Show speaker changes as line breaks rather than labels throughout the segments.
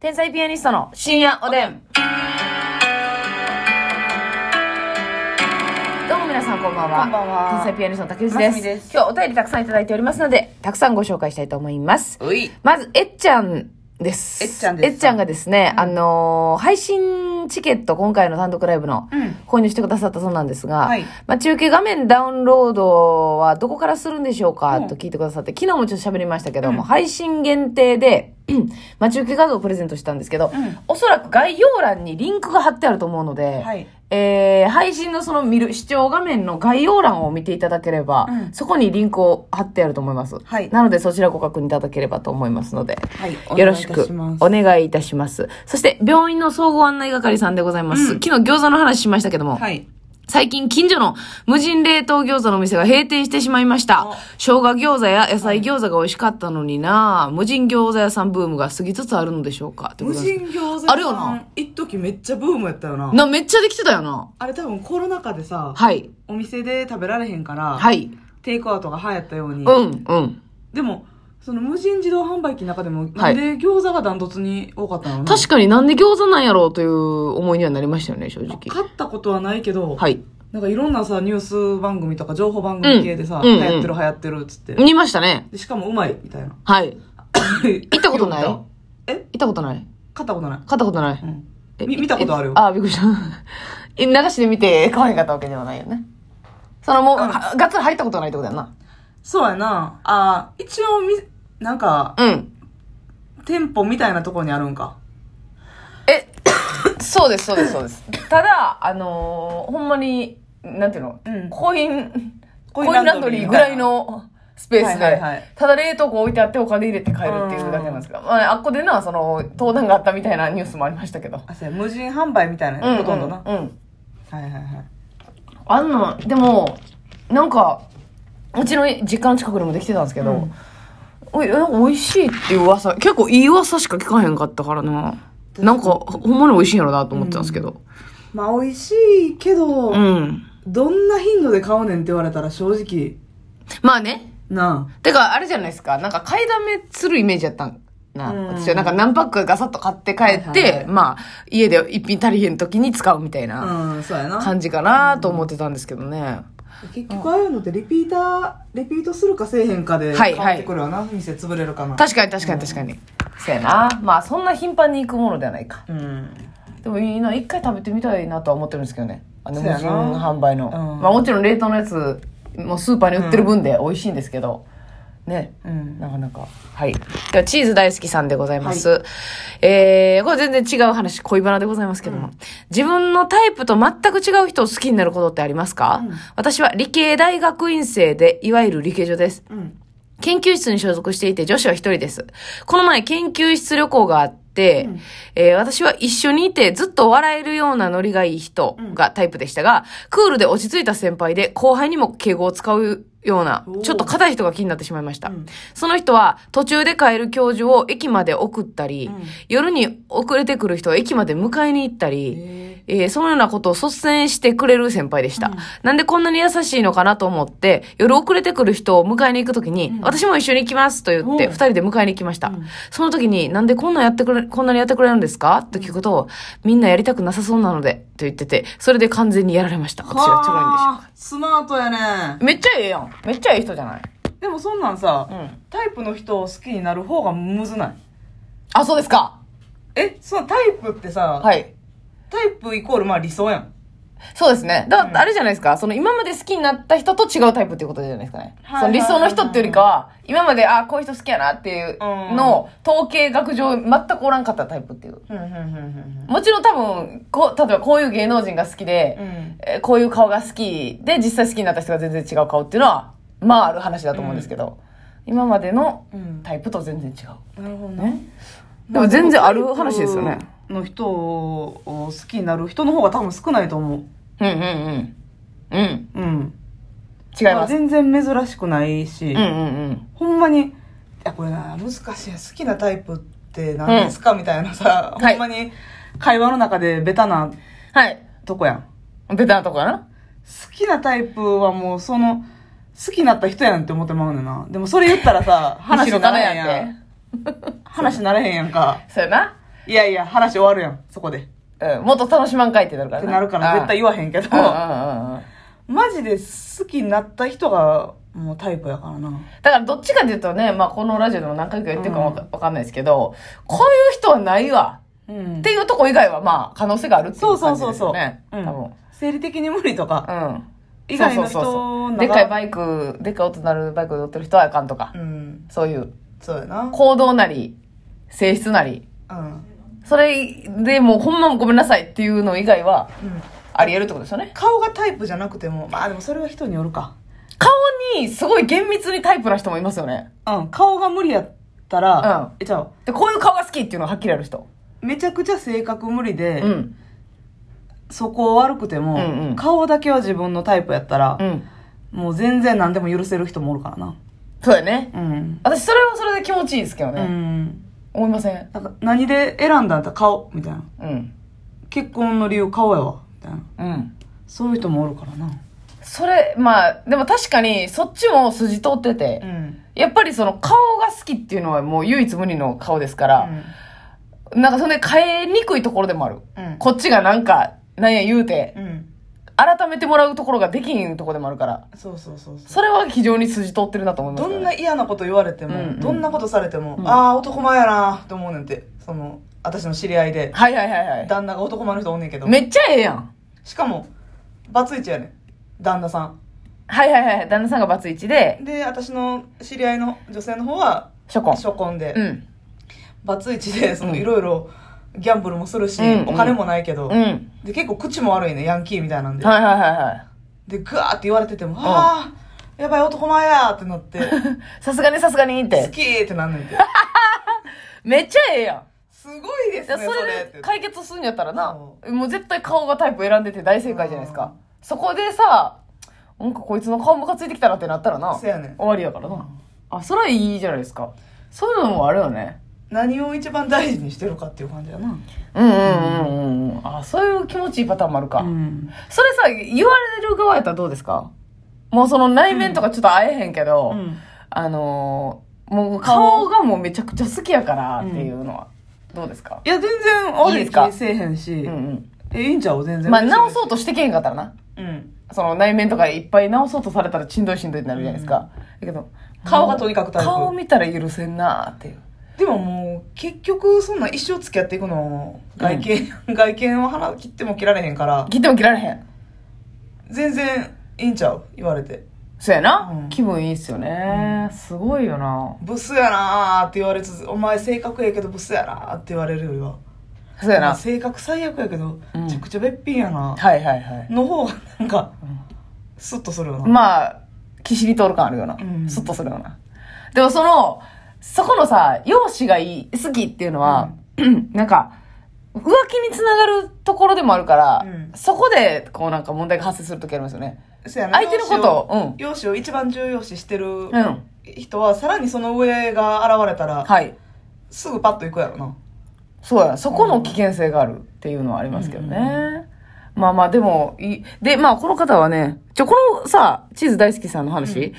天才ピアニストの深夜おでん。どうも皆さんこんばんは。
こんばんは
天才ピアニストの竹内
ま
です
すみです
今日お便りたくさんいただいておりますので、たくさんご紹介したいと思います。
うい。
まず、えっちゃんです。
えっちゃんで
え
す
っちゃんがですね、あのー配信チケット、今回の単独ライブの、
うん
購入してくださったそうなんですが、
はい
まあ、中継画面ダウンロードはどこからするんでしょうか、と聞いてくださって、昨日もちょっと喋りましたけども、配信限定で、 まあ、中継画像をプレゼントしたんですけど、
ん
おそらく概要欄にリンクが貼ってあると思うので、
はい
えー配信のその見る、視聴画面の概要欄を見ていただければ、
うん
そこにリンクを貼ってあると思います。
はい
なのでそちらご確認いただければと思いますので、
はい
よろし
お願いいた
く
します
お願いいたします。そして、病院の総合案内係さんでございます。
うん
昨日餃子の話しましたけども、
はい。
最近近所の無人冷凍餃子のお店が閉店してしまいました
あ。
生姜餃子や野菜餃子が美味しかったのにな、無人餃子屋さんブームが過ぎつつあるのでしょうか
無人
というこ
餃子
あるよな。
一時めっちゃブームやったよな
とで。な、めっちゃできてたよな。
あれ多分コロナ禍でさ、
はい。
お店で食べられへんから、
はい。
テイクアウトが流行ったように。
うん、うん。
でも、その無人自動販売機の中でも、
はい
なんで餃子がダントツに多かったの
確かになんで餃子なんやろうという思いにはなりましたよね、正直。
勝ったことはないけど、
はい。
なんかいろんなさ、ニュース番組とか情報番組系でさ、
うんうん
流行ってる流行ってるっつって。
見ましたね。
でしかもうまい、みたいな。
はい。行ったことない
行ったえ
行ったことない
勝ったことない。
買ったことない。
う
え
ん。み見たことあるよ
え。あ、びっくりした。 え流しで見て買わへんかったわけではないよね。そのもう、
うん
はがっつり入ったことはないってことやんな。
そうやな。あー一応み、なんか、
うん。
店舗みたいなところにあるんか。
え、そうです、そうです、そうです。ただ、あのーほんまに、なんていうの、
うん
コイン、コ
コ
イ
イ
ン
ン
ラ
ラ
ン
ン
ド
ド
リ
リ
ー
ー
ぐらいのスペースで、
はいはいはい
ただ冷凍庫置いてあってお金入れて帰るっていうだけなんですけど、まあ、あっこでな、その、登壇があったみたいなニュースもありましたけど。
あ、そうや無人販売みたいな、ほとんどな。は
うん。
いはいはい。
あんの、でも、なんか、うちの実家の近くでもできてたんですけど、
うん
おいなんか美味しいっていう噂、結構いい噂しか聞かへんかったからな。なんか、ほんまに美味しいんやろなと思ってたんですけど。
まあ美味しいけど、
うん。
どんな頻度で買うねんって言われたら正直、
まあね。
な
てか、あれじゃないですか。なんか買いだめするイメージやったんな。
うん
私はなんか何パックガサッと買って帰って、
はいはいはい
まあ、家で一品足りへん時に使うみたいな
あ。うん、そうやな。
感じかなと思ってたんですけどね。
結局ああいうのってリピーター、レピートするかせえへんかで、
はい
買
はい
ってくるよな。店潰れるかな。
確かに確かに確かに。そうやな。まあ、そんな頻繁に行くものではないか。
うん。
でもいいな、一回食べてみたいなとは思ってるんですけどね。あの、
そ
無
うや
人
な
販売の。
うん
まあもちろん冷凍のやつ、もうスーパーに売ってる分で美味しいんですけど、ね。
うん。
なかなか。はい。では、チーズ大好きさんでございます。えー、これ全然違う話、恋バナでございますけども。自分のタイプと全く違う人を好きになることってありますか、
うん
私は理系大学院生で、いわゆる理系女です。
うん。
研究室に所属していて女子は一人です。この前研究室旅行があって、
うん
えー私は一緒にいてずっと笑えるようなノリがいい人がタイプでしたが、クールで落ち着いた先輩で後輩にも敬語を使うような
おー、
ちょっと硬い人が気になってしまいました。
うん
その人は途中で帰る教授を駅まで送ったり、
うん
夜に遅れてくる人を駅まで迎えに行ったり、
へ
えーそのようなことを率先してくれる先輩でした。なんでこんなに優しいのかなと思って、夜遅れてくる人を迎えに行くときに、私も一緒に行きますと言って、
お
二
う
人で迎えに行きました。
ん
その時に、なんでこんなんやってくれ、こんなにやってくれるんですかと聞くと、みんなやりたくなさそうなので、と言ってて、それで完全にやられました。私はちょろいんでしょ
はあスマートやね。
めっちゃええやん。めっちゃええ人じゃない
でもそんなんさ、
うん
タイプの人を好きになる方がむずない
あ、そうですか。
えそのタイプってさ、
はい。
タイプイコールまあ理想やん
そうですね。だから、あれじゃないですか。その、今まで好きになった人と違うタイプっていうことじゃないですかね。
はい
その理想の人っていうよりかは、今まで、あ、こういう人好きやなっていうのを、統計学上全くおらんかったタイプっていう。
うんうんうんうん
もちろん多分、こう、例えばこういう芸能人が好きで、
うん
えーこういう顔が好きで、実際好きになった人が全然違う顔っていうのは、まあある話だと思うんですけど、今までの
うん
タイプと全然違う。
なるほど
ね。でも全然ある話ですよね。
の人を好きになる人の方が多分少ないと思
うんうんうん。うん。
ううん
違います。
全然珍しくないし、
うんうんうん。
ほんまにいやこれな難しい好きなタイプって何ですか、みたいなさ、
はい
ほんまに会話の中でベタな
はい。
とこやん
ベタなとこかな。
好きなタイプはもうその、好きになった人やんって思ってまうねんな。でもそれ言ったらさ、話
後ろ
ならへんや
からや
ん。話ならへんやんか。
そうやな。
いやいや、話終わるやん、そこで。
うん、もっと楽しまんかいってなるか
っ
ら
てなるから絶対言わへんけど、
うんうんうんうん。
マジで好きになった人が、もうタイプやからな。
だからどっちかっていうとね、まあこのラジオでも何回か言ってるかわ
う
かわかんないですけど、こういう人はないわ
うん
っていうとこ以外はまあ可能性があるってい
そう
う
そ
感
う
じ
そ
で
う
す
そう。
よね。
うん
多分。
生理的に無理とか、
うん。
以外の人
そうそうそうそう
なら
でっかいバイク、でっかい音なるバイクで乗ってる人はあかんとか、
うん、
そういう
そうやな。
行動なり、性質なり、
うん。
それでもうほんまごめんなさいっていうの以外は
うん
あり得るってことですよね。
顔がタイプじゃなくても、まあでもそれは人によるか。
顔にすごい厳密にタイプな人もいますよね。
うん、顔が無理やったら、
うん
え、じゃあ、
で、こういう顔が好きっていうのははっきりある人。
めちゃくちゃ性格無理で、
うん。
そこ悪くても、
うんうん
顔だけは自分のタイプやったら
う、ん。
もう全然何でも許せる人もおるからな。
そうだね。
うん。
私、それはそれで気持ちいいですけど
う
ね。
ん。
思いません
なんか何で選んだんだ顔、みたいな。
うん。
結婚の理由顔やわ、みたいな。
うん。
そういう人もおるからな。
それ、まあ、でも確かに、そっちも筋通ってて、
ん。
やっぱりその顔が好きっていうのはもう唯一無二の顔ですから、なんかそれで変えにくいところでもある。
うん
こっちがなんか、なんや言うて、
うん。
改めてもらうところができんところでもあるから、
そうそうそうそう。
それは非常に筋通ってるなと思います
ど
ね、
んな嫌なこと言われても、
うんうん
どんなことされても、
うん
ああ、男前やなーと思うねんて。その、私の知り合いで、
はいはいはいは
旦那が男前の人おんねんけど
い。、めっちゃええやん。
しかも、バツイチやねん。旦那さ
はいはいはい。旦那さんがバツイチで
ん。、で、私の知り合いの女性の方は、
初婚。
初婚で、
うん。
バツイチで、そ
うん
の、いろいろ、ギャンブルもするし、
うんうん
お金もないけど、
うん。
で、結構口も悪いね、ヤンキーみたいなんで。
はいはいはいはい。
で、ぐわーって言われてても、ああ、やばい男前やーってなって、
さすがにさすがにっ
好
て。
きーってなんねんて。
めっちゃええやん。
すごいです
だ
ね、
か
そ
らそ
れ
れ
って
で。解決するんやったらな
そ、
もう絶対顔がタイプ選んでて大正解じゃないですか。そこでさ、なんかこいつの顔ムカついてきたなってなったらな、
せやねん
終わりやからな。あ、それはいいじゃないですか。そういうのもあるよね。
何を一番大事にしてるかっていう感じやな。
うんうんうんうん。あ、そういう気持ちいいパターンもあるか。
ん。
それさ、言われる側やったらどうですかもうその内面とかちょっと会えへんけど、
うん。
あのーもう顔がもうめちゃくちゃ好きやからっていうのは、どうですか
いや、全然悪
いい
い
です
気
か
せえへんし、
うん
え、いいんちゃう全
うん。
然。
まあ直そうとしてけへんかったらな。
う。うん。
その内面とかいっぱい直そうとされたらしんどいしんどいってなるじゃないですか。だけど、
顔がとにかくタイプ
顔見たら許せんなーっていう。
でももう、結局、そんな一生付き合っていくの、外見、外見を腹切っても切られへんから、
切っても切られへん。
全然いいんちゃう言われて。
そうやな、
うん
気分いいっすよね、すごいよな。
ブスやなーって言われつつ、お前性格ええけどブスやなーって言われるよりは、
そうやな。
お前性格最悪やけど、
うん
めちゃくちゃべっぴんやな、
はいはいはい。
の方がなんか、スッとするよな。
まあ、きしり通る感あるよな。
うん
スッとするよな。でもその、そこのさ、容姿がいい、好きっていうのは、 なんか、浮気につながるところでもあるから、
うん
そこで、こうなんか問題が発生するときありますよね。
そうやな
相手のことを、うん。
容姿を一番重要視してる
うん。
人は、さらにその上が現れたら、
はい。
すぐパッと行くやろな。
そうや、そこの危険性があるっていうのはありますけどね。
うんう
まあまあ、でも、いいで、まあ、この方はね、ちょ、このさ、チーズ大好きさんの話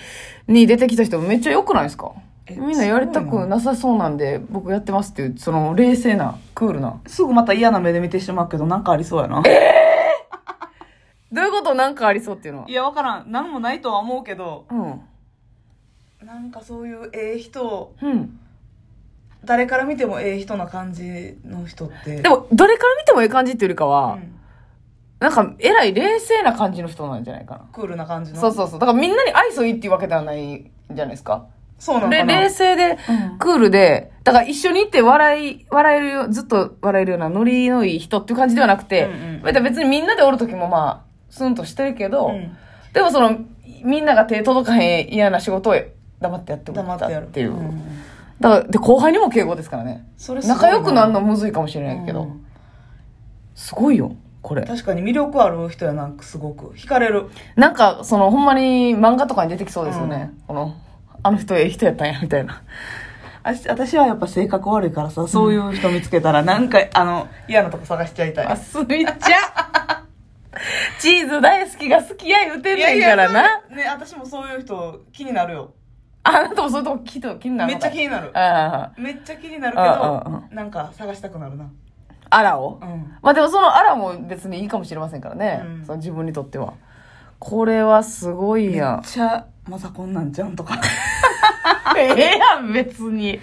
に出てきた人めっちゃ良くないですか
え
みんなやりたくなさそうなんで、僕やってますっていう、その、冷静な、クールな。
すぐまた嫌な目で見てしまうけど、なんかありそうやな。。
どういうことなんかありそうっていうのはい
や、わからん。なんもないとは思うけど、
うん。
なんかそういうええ人、
うん。
誰から見てもええ人な感じの人って。
でも、どれから見てもええ感じっていうよりか
う
は、
ん、
なんか、えらい冷静な感じの人なんじゃないかな。
クールな感じの。
そうそうそう。だからみんなに愛想いいっていうわけではないんじゃないですか。
そうなの
で、
かな。
冷静で、
うん
クールで、だから一緒に行って笑い、笑えるよ、ずっと笑えるようなノリのいい人っていう感じではなくて、
うんうん
また別にみんなでおる時もまあ、スンとしてるけど、
うん
でもその、みんなが手届かへん嫌な仕事を黙ってやってもら
黙
っ
って
た
や
っ
る。
ていう。
ん
だから、で、後輩にも敬語ですからね。
それすごい
仲良くなんのむずいかもしれないけど、
うん
すごいよ、これ。
確かに魅力ある人やな、すごく。惹かれる。
なんか、その、ほんまに漫画とかに出てきそうですよね。この、あの人ええ人やったんや、みたいな。
あ私はやっぱ性格悪いからさ、そういう人見つけたら、なんか、あの、嫌なとこ探しちゃいたい。
あ、スイッチャ チーズ大好きが好きや言うてんねんからな。
いやいやそうね、私もそういう人気になるよ。
あなたもそういうとこ気と気になる
め
の
っち
か
ゃ気になる
はいはいはい
めっちゃ気になる
うんうん
けどなんか探したくなるな
アラを、
うん
まあでもそのアラも別にいいかもしれませんからね、
うん
その自分にとってはこれはすごいやん
ちゃまさこんなんじゃんとか
ええやん別に
い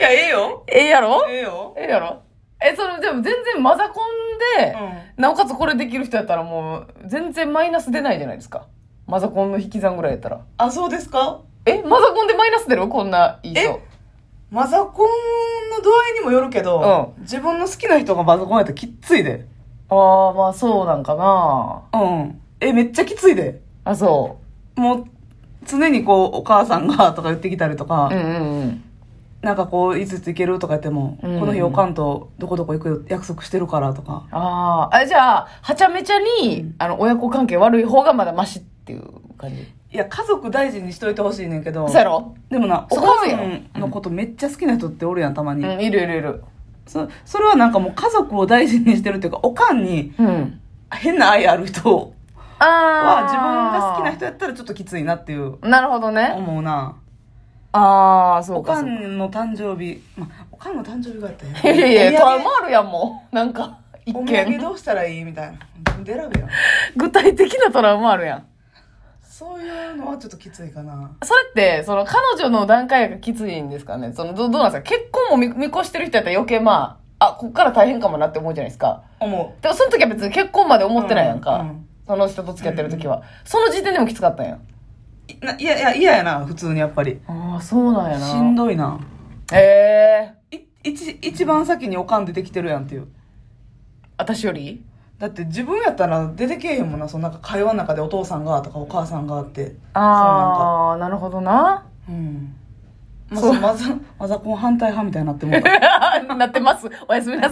やええよ
ええやろ
ええよ
ええやろえそれでも全然マザコンで、
う
なおかつこれできる人やったらもう全然マイナス出ないじゃないですかマザコンの引き算ぐらいやったら
あそうですか
えマザコンでマイナス出るこんないい人
マザコンの度合いにもよるけど、自分の好きな人がマザコンやったらきっついで
ああまあそうなんかな
うんえめっちゃきついで
あそ
もう常にこうお母さんがとか言ってきたりとか、
ううんうんうん
なんかこういついつ行けるとか言っても、
うん
この日おかんとどこどこ行くよ約束してるからとか
あーあじゃあはちゃめちゃに、
うん
あの親子関係悪い方がまだマシっていう感じ
いや家族大事にしといてほしいねんけど
そうやろ
でもなお
そこは
母
そう
さ
よ
んのことめっちゃ好きな人っておるやんたま
う
に、
んいるいるいる
そそれはなんかもう家族を大事にしてるっていうかおかんに
うん
変な愛ある人
あ
は
あ
自分が好きな人やったらちょっときついなっていう
人なるほどね
思うな
ああそ
お
うか
か
そうか
んの誕生日、まあ、おかんの誕生日があったよ
いやいやいやト
お土
ラウ
産
マあるやんもうなんか一
お土産
見
どうしたらいいみたいな自分で選べよ
具体的なトラウマあるやん
そういうのはちょっときついかな
それってその彼女の段階がきついんですかねそのどどうなんですか結婚も見見越してる人やったら余計まああこっから大変かもなって思うじゃないですか
思
でもその時は別に結婚まで
う
思ってないやんか、
ううん
その人と付き合ってる時は、その時点でもきつかったんや
いないやいや嫌やな普通にやっぱり
ああそうなんやな
しんどいな
ええ
い一一番先におかん出てきてるやんっていう
私より
だって自分やったら出てけえへんもんなそのなんか会話の中でお父さんがとかお母さんがって
ああなるほどな
うんまあ、
そう
そうマザマザコン反対派みたいになってもうた
なってますおやすみなさい